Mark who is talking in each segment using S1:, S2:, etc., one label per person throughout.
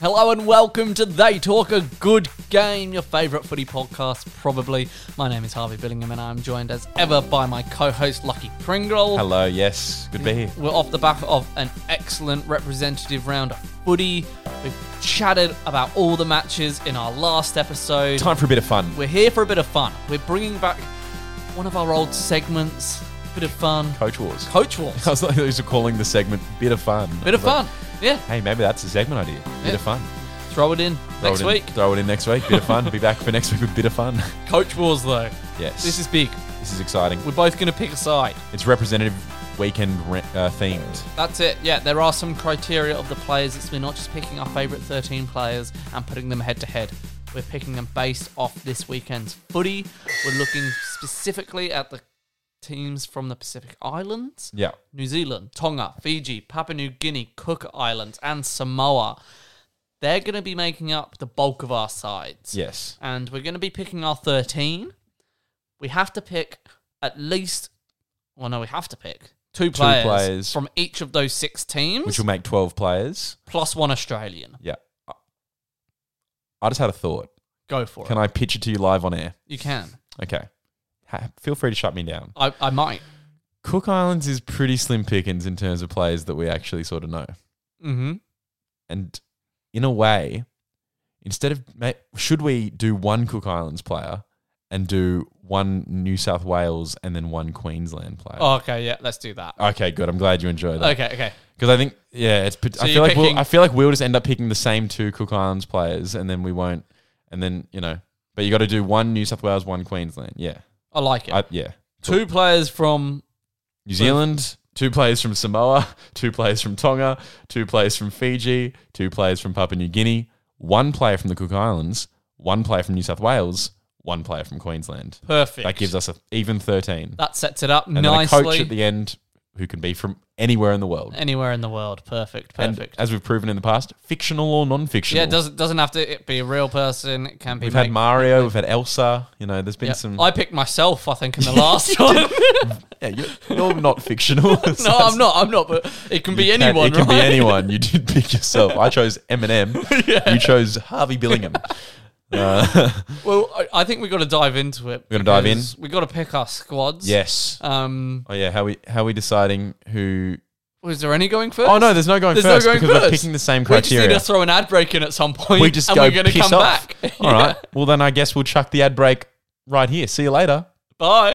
S1: Hello and welcome to They Talk a Good Game, your favourite footy podcast, probably. My name is Harvey Billingham and I'm joined as ever by my co host Lucky Pringle.
S2: Hello, yes, good to be here.
S1: We're off the back of an excellent representative round of footy. We've chatted about all the matches in our last episode.
S2: Time for a bit of fun.
S1: We're here for a bit of fun. We're bringing back one of our old segments, bit of fun.
S2: Coach Wars.
S1: Coach Wars.
S2: I was like, those are calling the segment "Bit of Fun."
S1: bit of
S2: Like,
S1: fun. Yeah,
S2: Hey, maybe that's a segment idea. Bit
S1: Yeah.
S2: of fun.
S1: throw it in
S2: Throw
S1: next
S2: it in-
S1: week.
S2: Throw it in next week. Bit of fun. be back for next week with bit of fun.
S1: Coach Wars, though.
S2: Yes.
S1: This is big.
S2: This is exciting.
S1: We're both going to pick a side.
S2: It's representative weekend re- uh, themed.
S1: That's it. Yeah, there are some criteria of the players. It's we're not just picking our favourite 13 players and putting them head to head. We're picking them based off this weekend's footy. We're looking specifically at the teams from the Pacific Islands.
S2: Yeah.
S1: New Zealand, Tonga, Fiji, Papua New Guinea, Cook Islands, and Samoa. They're going to be making up the bulk of our sides.
S2: Yes.
S1: And we're going to be picking our 13. We have to pick at least, well, no, we have to pick two players,
S2: players.
S1: from each of those six teams,
S2: Which will make twelve players.
S1: plus one Australian.
S2: Yeah. I just had a thought.
S1: Go for
S2: Can
S1: it.
S2: I pitch it to you live on air?
S1: You can.
S2: Okay. Ha- feel free to shut me down.
S1: I, I might.
S2: Cook Islands is pretty slim pickings in terms of players that we actually sort of know.
S1: Mm-hmm.
S2: And in a way, instead of ma- should we do one Cook Islands player and do one New South Wales and then one Queensland player?
S1: Oh, okay, yeah, let's do that.
S2: Okay, good. I'm glad you enjoyed that
S1: Okay, okay.
S2: because I think yeah, it's. pot-
S1: So
S2: I
S1: you're
S2: feel like
S1: picking-
S2: we'll, I feel like we'll just end up picking the same two Cook Islands players and then we won't, and then you know. But you got to do one New South Wales, one Queensland. Yeah,
S1: I like it.
S2: I, yeah.
S1: two players from
S2: New Zealand, two players from Samoa, two players from Tonga, two players from Fiji, two players from Papua New Guinea, one player from the Cook Islands, one player from New South Wales, one player from Queensland.
S1: perfect.
S2: That gives us an even 13.
S1: that sets it up
S2: and
S1: nicely.
S2: then a coach at the end who can be from anywhere in the world.
S1: anywhere in the world. Perfect,
S2: And
S1: perfect.
S2: as we've proven in the past, fictional or non-fictional.
S1: yeah, it doesn't doesn't have to it be a real person. It can be.
S2: We've had
S1: make-
S2: Mario, we've had Elsa. You know, there's been
S1: Yeah.
S2: some.
S1: I picked myself, I think, in the last one. no,
S2: yeah, you're, you're not fictional. So
S1: I'm not. I'm not. But it can be
S2: You can-
S1: anyone.
S2: It can be
S1: right?
S2: anyone. You did pick yourself. I chose Eminem. You chose Harvey Billingham. Uh,
S1: Well, I, I think we got to dive into it.
S2: We're gonna dive in?
S1: We got to pick our squads.
S2: yes.
S1: Um.
S2: Oh yeah. How we how we deciding who?
S1: Was there any going first?
S2: Oh no, there's no going
S1: There's
S2: first
S1: no going
S2: because
S1: first.
S2: we're picking the same
S1: We just need
S2: criteria.
S1: to throw an ad break in at some point.
S2: We just
S1: and
S2: go
S1: we're gonna
S2: piss
S1: come
S2: off.
S1: back.
S2: All right. Well then, I guess we'll chuck the ad break right here. See you later.
S1: Bye.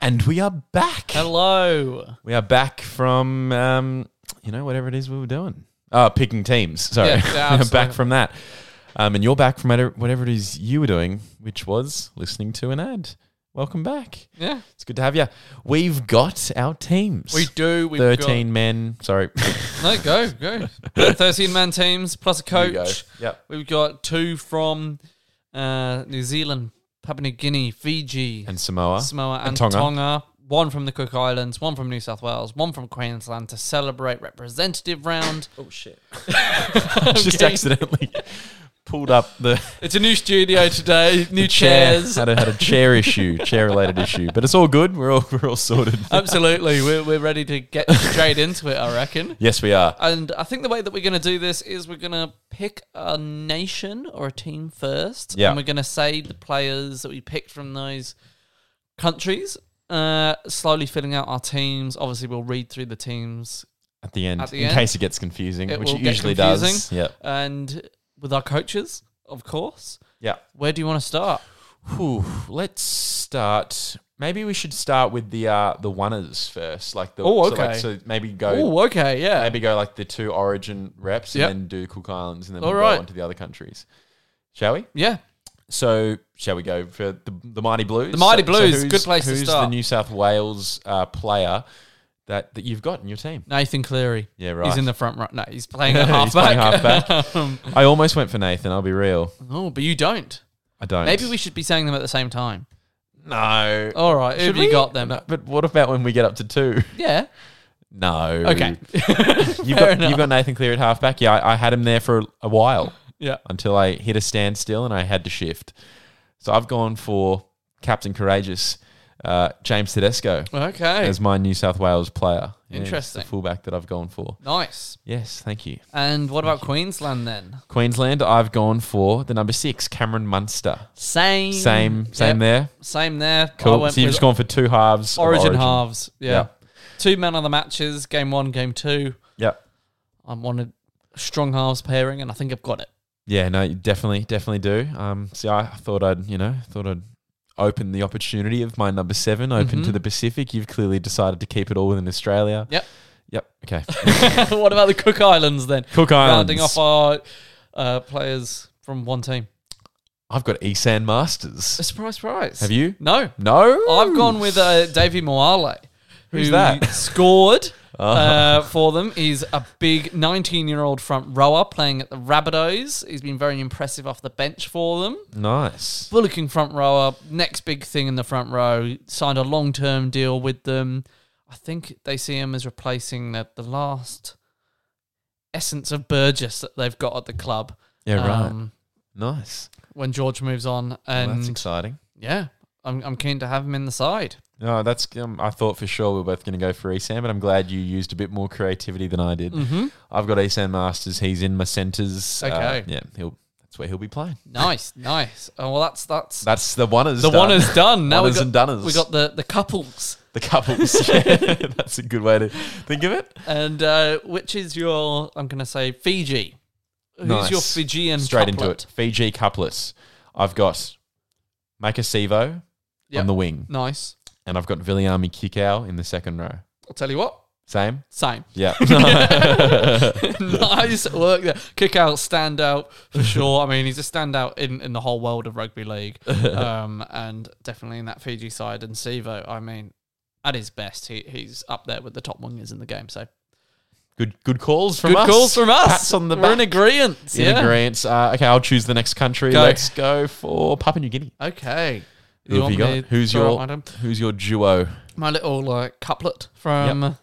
S2: And we are back.
S1: Hello.
S2: We are back from um, you know whatever it is we were doing. Uh, picking teams. Sorry,
S1: Yeah, yeah,
S2: we are
S1: absolutely.
S2: back from that. Um, and you're back from whatever- whatever it is you were doing, which was listening to an ad. Welcome back.
S1: Yeah.
S2: It's good to have you. We've got our teams.
S1: We do. We've got-
S2: Thirteen men. Sorry.
S1: No, go, go. 13 man teams plus a
S2: There you go.
S1: coach.
S2: Yep.
S1: We've got two from uh, New Zealand, Papua New Guinea, Fiji,
S2: And Samoa.
S1: Samoa, and,
S2: And
S1: Tonga.
S2: Tonga.
S1: One from the Cook Islands, one from New South Wales, one from Queensland to celebrate representative round.
S2: Oh shit! Just
S1: Okay.
S2: accidentally pulled up the
S1: It's a new studio today, new
S2: the
S1: chairs.
S2: Chair. Had a, had a chair issue, chair related issue, but it's all good. We're all we're all sorted.
S1: Um, Absolutely, we're we're ready to get straight into it. I reckon.
S2: yes, we are.
S1: And I think the way that we're going to do this is we're going to pick a nation or a team first.
S2: Yeah.
S1: And we're going to say the players that we picked from those countries, uh, slowly filling out our teams. Obviously, we'll read through the teams,
S2: At the end,
S1: at the
S2: in
S1: end,
S2: case it gets confusing,
S1: it
S2: which
S1: will
S2: it
S1: get
S2: usually does.
S1: confusing.
S2: Yeah,
S1: and with our coaches, of course.
S2: yeah.
S1: Where do you want to start?
S2: Whew, let's start. Maybe we should start with the uh, the oneers first, like the
S1: Oh,
S2: so, like,
S1: okay.
S2: So, maybe go
S1: Oh, okay, yeah.
S2: maybe go like the two Origin reps
S1: Yep.
S2: and then do Cook Islands and then
S1: All
S2: we'll
S1: right.
S2: go on to the other countries. Shall we?
S1: Yeah.
S2: So shall we go for the, the Mighty Blues?
S1: The Mighty
S2: So- so
S1: Blues,
S2: who's-
S1: good place to
S2: Who's
S1: start.
S2: the New South Wales uh, player that, that you've got in your team?
S1: Nathan Cleary.
S2: Yeah, right.
S1: He's in the front row. No, he's playing at halfback.
S2: He's playing halfback. I almost went for Nathan. I'll be real.
S1: oh, but you don't.
S2: I don't.
S1: Maybe we Oh, should be saying them at the same time.
S2: No.
S1: All right, who
S2: Should
S1: have you
S2: we?
S1: got then?
S2: No, but what about when we get up to two?
S1: Yeah.
S2: No.
S1: Okay.
S2: You've
S1: Fair
S2: got,
S1: enough.
S2: you've got Nathan Clear at halfback. Yeah, I, I had him there for a while
S1: Yeah.
S2: until I hit a standstill and I had to shift. So I've gone for Captain Courageous, uh, James Tedesco,
S1: Okay.
S2: as my New South Wales player. Yeah, he's
S1: Interesting.
S2: the fullback that I've gone for.
S1: nice.
S2: Yes, thank you.
S1: And what about Queensland then?
S2: Queensland, I've gone for the number six, Cameron Munster.
S1: Same.
S2: Mm. Same,
S1: Yep.
S2: same there.
S1: Same there. I
S2: Cool.
S1: went
S2: So you've
S1: with
S2: just gone for two halves. of
S1: origin, halves. Yeah.
S2: Yeah.
S1: Two men on the matches, game one, game two.
S2: Yep.
S1: I wanted strong halves pairing, and I think I've got it.
S2: Yeah, no, you definitely, definitely do. Um, see, I thought I'd, you know, thought I'd open the opportunity of my number seven open to the Pacific. You've clearly decided to keep it all within Australia.
S1: Mm-hmm. Yep.
S2: Yep. Okay.
S1: what about the Cook Islands then?
S2: Cook
S1: Rounding
S2: Islands.
S1: off our uh, players from one team.
S2: I've got Esan Masters.
S1: Surprise, surprise.
S2: Have you?
S1: No.
S2: No.
S1: I've gone with uh, Davy Moale.
S2: Who's
S1: who
S2: that? Oh.
S1: Scored uh, for them. He's a big 19 year old front rower playing at the Rabbitohs. He's been very impressive off the bench for them.
S2: Nice.
S1: Full looking front rower. Next big thing in the front row. Signed a long term deal with them. I think they see him as replacing the, the last essence of Burgess that they've got at the club.
S2: Yeah, right.
S1: um,
S2: Nice.
S1: When George moves on.
S2: Well,
S1: And
S2: that's exciting.
S1: yeah, I'm, I'm keen to have him in the side.
S2: No, that's. Um, I thought for sure we were both going to go for Esan, but I'm glad you used a bit more creativity than I did. I've got Esan Masters. He's in my centres. Uh,
S1: Mm-hmm. Okay.
S2: yeah, he'll. That's where he'll be playing.
S1: Nice, nice. Oh, well, that's that's
S2: That's the oneers.
S1: the one is done. Now we
S2: Oneers
S1: got,
S2: and doneers.
S1: We got the the couples,
S2: The couples. yeah, that's a good way to think of it.
S1: and uh, which is your? I'm going to say Fiji. Who's
S2: Nice.
S1: your Fijian?
S2: Straight into
S1: couplet?
S2: it. Fiji couplets. I've got Makasivo
S1: Yep.
S2: on the wing,
S1: Nice.
S2: and I've got Viliami Kikau in the second row.
S1: I'll tell you what.
S2: Same.
S1: Same.
S2: Yeah.
S1: nice work there. Kick out, standout for sure. I mean, he's a standout in, in the whole world of rugby league, um, and definitely in that Fiji side. And Sivo, I mean, at his best, he, he's up there with the top wingers in the game. So
S2: good. Good calls from
S1: good
S2: us.
S1: calls from us.
S2: Pats on the
S1: We're
S2: back.
S1: in agreement.
S2: In
S1: yeah.
S2: agreement. Uh, okay, I'll choose the next country.
S1: Go.
S2: Let's go for Papua New Guinea.
S1: Okay.
S2: Who have you
S1: want me to
S2: got? Who's
S1: throw
S2: your
S1: out my,
S2: Who's your duo?
S1: my little uh, couplet from
S2: Yep.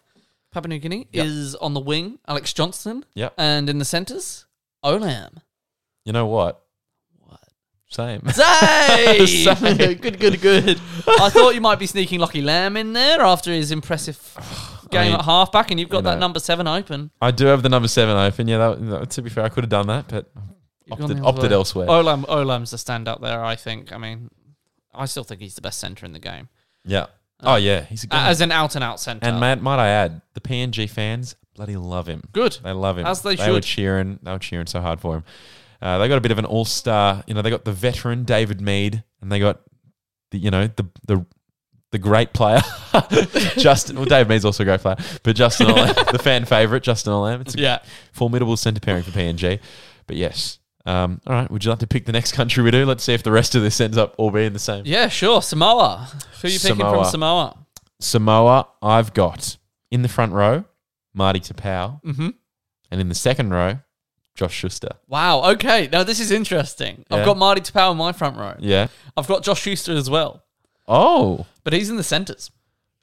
S1: Papua New Guinea
S2: Yep.
S1: is on the wing, Alex Johnson,
S2: Yep.
S1: and in the centres, Olam.
S2: You know what? Same.
S1: Zay!
S2: Same.
S1: good, good, good. I thought you might be sneaking Lockie Lamb in there after his impressive game
S2: mean,
S1: at halfback, and you've got
S2: you
S1: that
S2: know.
S1: number seven open.
S2: I do have the number seven open. Yeah, that, that, to be fair, I could have done that, but
S1: You've gone Oh. the
S2: opted,
S1: other
S2: opted
S1: way.
S2: elsewhere.
S1: Olam, Olam's the standout there, I think. I mean, I still think he's the best centre in the game.
S2: Yeah. Oh yeah, he's a good.
S1: Uh, As an out and out centre.
S2: and might, might I add, the PNG fans bloody love him.
S1: Good.
S2: They love him.
S1: As they
S2: They were
S1: should.
S2: cheering. They were cheering so hard for him. Uh, they got a bit of an all-star. You know, they got the veteran David Mead, and they got the you know the the. The great player, Justin. Well, Dave Mead's also a great player, but Justin, Olam, the fan favorite, Justin Olam. It's a
S1: Yeah.
S2: formidable centre pairing for PNG. But yes, um, all right. Would you like to pick the next country we do? Let's see if the rest of this ends up all being the same.
S1: Yeah, sure. Samoa. Who are you picking from
S2: Samoa.
S1: Samoa?
S2: Samoa, I've got in the front row, Marty Tapau. Mm-hmm. And in the second row, Josh Schuster.
S1: Wow. Okay. Now this is interesting.
S2: Yeah.
S1: I've got Marty Tapau in my front row.
S2: Yeah.
S1: I've got Josh Schuster as well,
S2: Oh,
S1: but he's in the centres.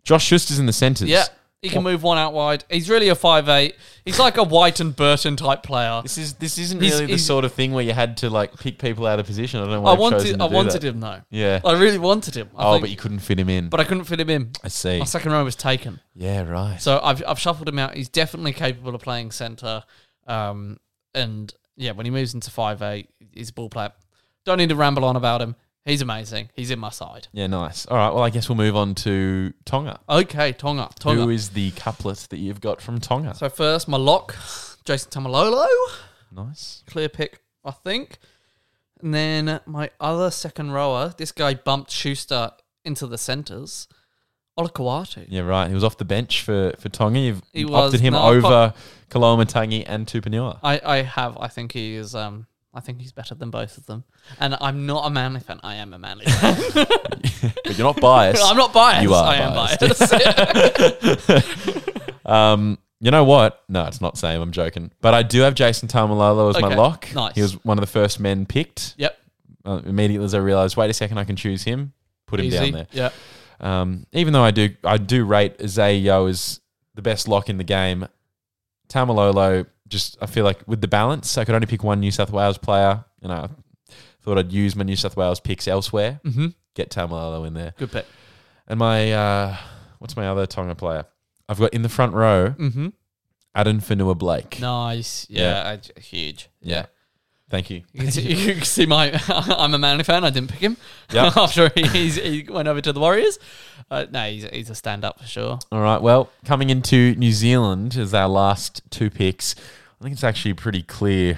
S2: Josh Schuster's in the centres.
S1: Yeah. He can move one out wide. He's really a 5'8". He's like a White and Burton type player.
S2: This is this isn't
S1: He's-
S2: really the
S1: he's-
S2: sort of thing where you had to like pick people out of position. I don't know
S1: I
S2: why I've
S1: wanted
S2: chosen to
S1: I
S2: do
S1: wanted
S2: that.
S1: him though.
S2: Yeah.
S1: I really wanted him. I
S2: oh,
S1: think-
S2: but you couldn't fit him in.
S1: but I couldn't fit him in.
S2: I see.
S1: My second row was taken.
S2: yeah, right.
S1: So I've, I've shuffled him out. He's definitely capable of playing centre. Um, and yeah, when he moves into 5'8, he's a ball player. Don't need to ramble on about him. He's amazing. He's in my side.
S2: yeah, nice. All right. Well, I guess we'll move on to Tonga.
S1: Okay, Tonga. Tonga.
S2: Who is the couplet that you've got from Tonga?
S1: so first, my lock, Jason Tamalolo.
S2: nice.
S1: Clear pick, I think. And then my other second rower, this guy bumped Schuster into the centres. Olakawatu.
S2: Yeah, right. He was off the bench for, for Tonga. You've
S1: He
S2: opted
S1: was.
S2: him
S1: No, I've
S2: over Kaloma Tangi and Tupanua.
S1: I, I have. I think he is. Um, I think he's better than both of them. And I'm not a Manly fan. I am a Manly fan.
S2: But you're not biased.
S1: I'm not biased.
S2: You are
S1: I am
S2: biased.
S1: biased.
S2: Um, you know what? No, it's not same. I'm joking. But I do have Jason Tamalolo as my
S1: Okay,
S2: lock.
S1: nice.
S2: He was one of the first men picked.
S1: yep.
S2: Uh, immediately as I realized, wait a second, I can choose him. Put him
S1: Easy.
S2: down there.
S1: Yep.
S2: Um, even though I do, I do rate Azayo as the best lock in the game. Tamalolo, just I feel like with the balance, I could only pick one New South Wales player, and I thought I'd use my New South Wales picks elsewhere. Mm-hmm. Get Tamalolo in there,
S1: Good pick.
S2: and my uh, what's my other Tonga player? I've got in the front row, mm-hmm. Adam Fanua Blake.
S1: Nice.
S2: Yeah.
S1: Yeah. I j- huge.
S2: Yeah, thank you.
S1: You can, see, you can see my. I'm a Manly fan. I didn't pick him.
S2: Yep.
S1: After he, he's, he went over to the Warriors. Uh, no, he's, he's a stand up for sure.
S2: All right. Well, coming into New Zealand as our last two picks, I think it's actually pretty clear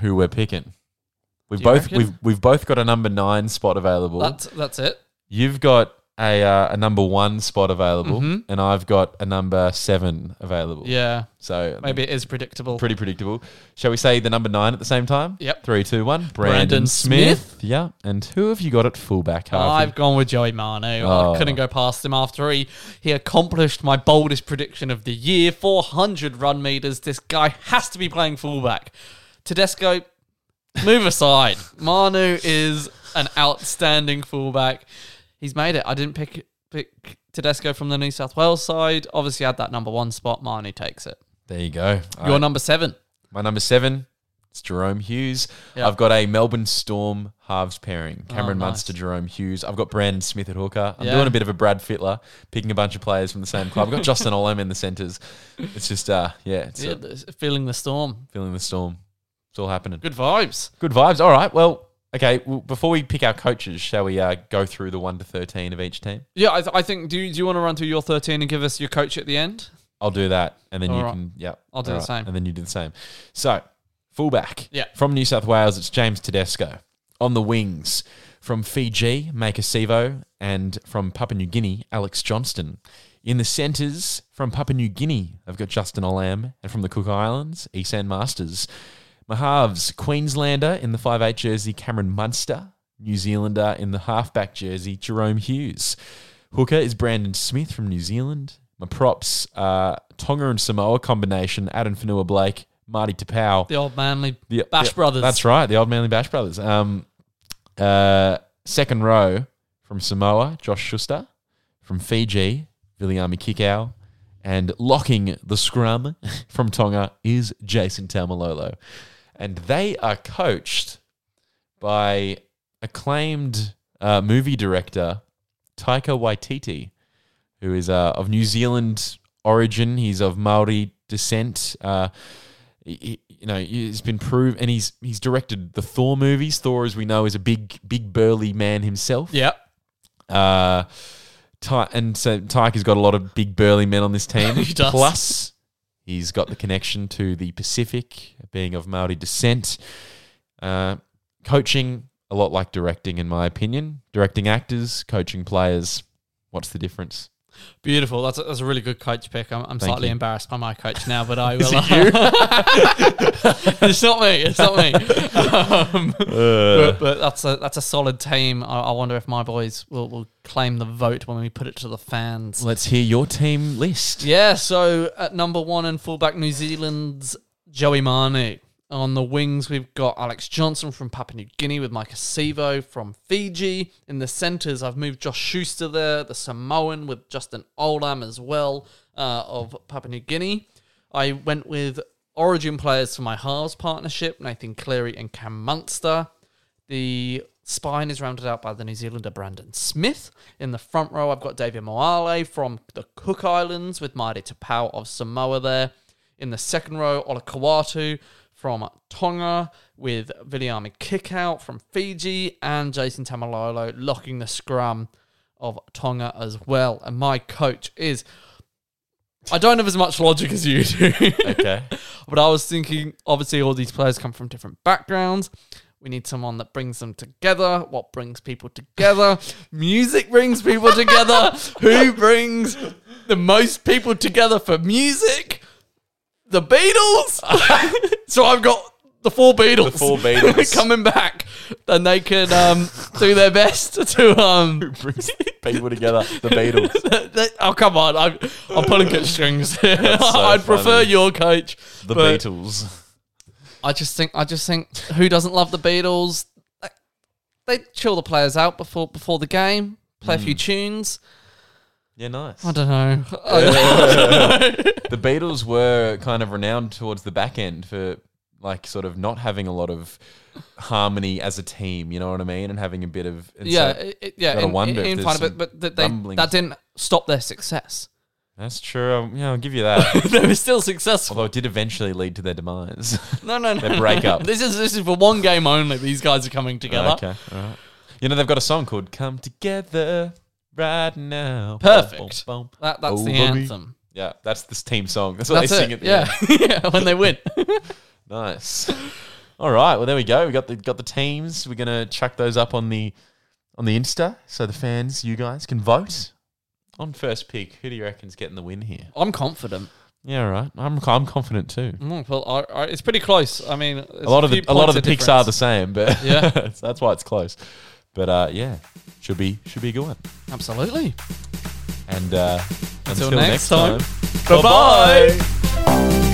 S2: who we're picking. We've
S1: Do you
S2: both
S1: reckon?
S2: we've we've both got a number nine spot available.
S1: That's that's it.
S2: You've got a uh, a number one spot available, and I've got a number seven available.
S1: Mm-hmm. Yeah.
S2: So
S1: Maybe it is predictable.
S2: pretty predictable. Shall we say the number nine at the same time?
S1: Yep.
S2: Three, two, one. Brandon,
S1: Brandon
S2: Smith.
S1: Smith.
S2: Yeah. And who have you got at fullback? Harvey?
S1: I've gone with Joey Manu.
S2: Oh.
S1: I couldn't go past him after he, he accomplished my boldest prediction of the year 400 run meters. This guy has to be playing fullback. Tedesco, move aside. Manu is an outstanding fullback. He's made it. I didn't pick, pick Tedesco from the New South Wales side. Obviously, had that number one spot. Manu takes it.
S2: There you go. All
S1: Your
S2: right.
S1: number seven.
S2: My number seven, it's Jerome Hughes.
S1: Yeah. Oh,
S2: I've got a Melbourne Storm halves pairing. Cameron
S1: nice.
S2: Munster, Jerome Hughes. I've got Brandon Smith at hooker. I'm
S1: Yeah.
S2: doing a bit of a Brad Fittler, picking a bunch of players from the same club. I've got Justin Olam in the centres. It's just, uh, yeah, it's
S1: Yeah,
S2: uh,
S1: feeling the storm.
S2: feeling the storm. It's all happening. Good,
S1: Good vibes.
S2: vibes. All right. Well, okay. Well, before we pick our coaches, shall we uh, go through the 1 to 13 of each team?
S1: Yeah, I, th- I think. Do you, do you want to run through your 13 and give us your coach at the end?
S2: I'll do that, and then
S1: All
S2: you
S1: right.
S2: can. Yeah,
S1: I'll do
S2: All
S1: the same.
S2: and then you do the same. So, fullback.
S1: Yeah.
S2: From New South Wales, it's James Tedesco. On the wings, from Fiji, Maker Sevo, and from Papua New Guinea, Alex Johnston. In the centres, from Papua New Guinea, I've got Justin Olam, and from the Cook Islands, Isan Masters. My halves, Queenslander in the 5'8 jersey, Cameron Munster. New Zealander in the halfback jersey, Jerome Hughes. Hooker is Brandon Smith from New Zealand. My props are Tonga and Samoa combination, Adam Fanua Blake, Marty Tapau.
S1: The old manly
S2: The-
S1: Bash
S2: the-
S1: Brothers.
S2: That's right, the old manly Bash Brothers. Um, uh, second row from Samoa, Josh Schuster. From Fiji, Viliami Kikau. And locking the scrum from Tonga is Jason Tamalolo. And they are coached by acclaimed uh, movie director Taika Waititi, who is uh, of New Zealand origin. He's of Maori descent. Uh, he- he- you know, he's been proved, and he's he's directed the Thor movies. Thor, as we know, is a big, big burly man himself.
S1: Yeah.
S2: Uh, Ty- and so Tyke has got a lot of big burly men on this team.
S1: He does.
S2: Plus, he's got the connection to the Pacific, being of Maori descent. Uh, coaching a lot like directing, in my opinion. Directing actors, coaching players. What's the difference?
S1: Beautiful. That's a, that's a really good coach pick. I'm, I'm
S2: Thank
S1: slightly
S2: you.
S1: embarrassed by my coach now, but I will. uh, it's not me. It's not me.
S2: Uh.
S1: Um, but, but that's a that's a solid team. I, I wonder if my boys will, will claim the vote when we put it to the fans.
S2: Let's hear your team list.
S1: Yeah, so at number one and fullback New Zealand's Joey Manu. On the wings, we've got Alex Johnson from Papua New Guinea with Mike Acevo from Fiji. In the centres, I've moved Josh Schuster there, the Samoan with Justin Oldham as well uh, of Papua New Guinea. I went with origin players for my halves partnership, Nathan Cleary and Cam Munster. The spine is rounded out by the New Zealander Brandon Smith. In the front row, I've got David Moale from the Cook Islands with Maere Tapau of Samoa there. In the second row, Ola Kawatu from Tonga with Viliami Kickout from Fiji and Jason Tamalolo locking the scrum of Tonga as well. And my coach is. I don't have as much logic as you do.
S2: Okay.
S1: But I was thinking, obviously, all these players come from different backgrounds. We need someone that brings them together. What brings people together? music brings people together. Who brings the most people together for music? The Beatles. so I've got the four Beatles.
S2: The four Beatles.
S1: coming back, and they can um, do their best to um,
S2: Brings people together. The Beatles.
S1: oh come on! I'm, I'm pulling at strings. here.
S2: so
S1: I'd prefer
S2: funny.
S1: your coach.
S2: The
S1: but
S2: Beatles.
S1: I just think I just think who doesn't love the Beatles? Like, They chill the players out before before the game. Play a
S2: Hmm.
S1: few tunes.
S2: Yeah, nice.
S1: I don't know.
S2: the Beatles were kind of renowned towards the back end for like sort of not having a lot of harmony as a team, you know what I mean, and having a bit of and
S1: yeah,
S2: so-
S1: it, it- yeah.
S2: gotta
S1: In,
S2: wonder if
S1: in
S2: there's
S1: front
S2: some
S1: of it, but that they,
S2: rumblings.
S1: that didn't stop their success.
S2: that's true. I'll, yeah, I'll give you that.
S1: they were still successful.
S2: Although it did eventually lead to their demise.
S1: No, no, no.
S2: Their breakup.
S1: This is this is for one game only. These guys are coming together.
S2: okay, all right. You know they've got a song called "Come Together Right Now."
S1: Perfect.
S2: Bum, bum, bum.
S1: That, that's the
S2: Over me.
S1: anthem.
S2: Yeah, that's this team song. That's what
S1: That's
S2: they
S1: it.
S2: sing at the
S1: yeah,
S2: end.
S1: yeah. When they win.
S2: Nice. All right. Well, there we go. We got the got the teams. We're gonna chuck those up on the on the Insta so the fans, you guys, can vote on first pick. Who do you reckon's getting the win here?
S1: I'm confident.
S2: Yeah, all right. I'm I'm confident too.
S1: Mm, well, I, I, it's pretty close. I mean,
S2: A lot of the, a lot of the picks are the same, but
S1: Yeah.
S2: so that's why it's close. But uh, yeah, should be should be a good one.
S1: absolutely.
S2: And uh, until,
S1: next time.
S2: bye bye.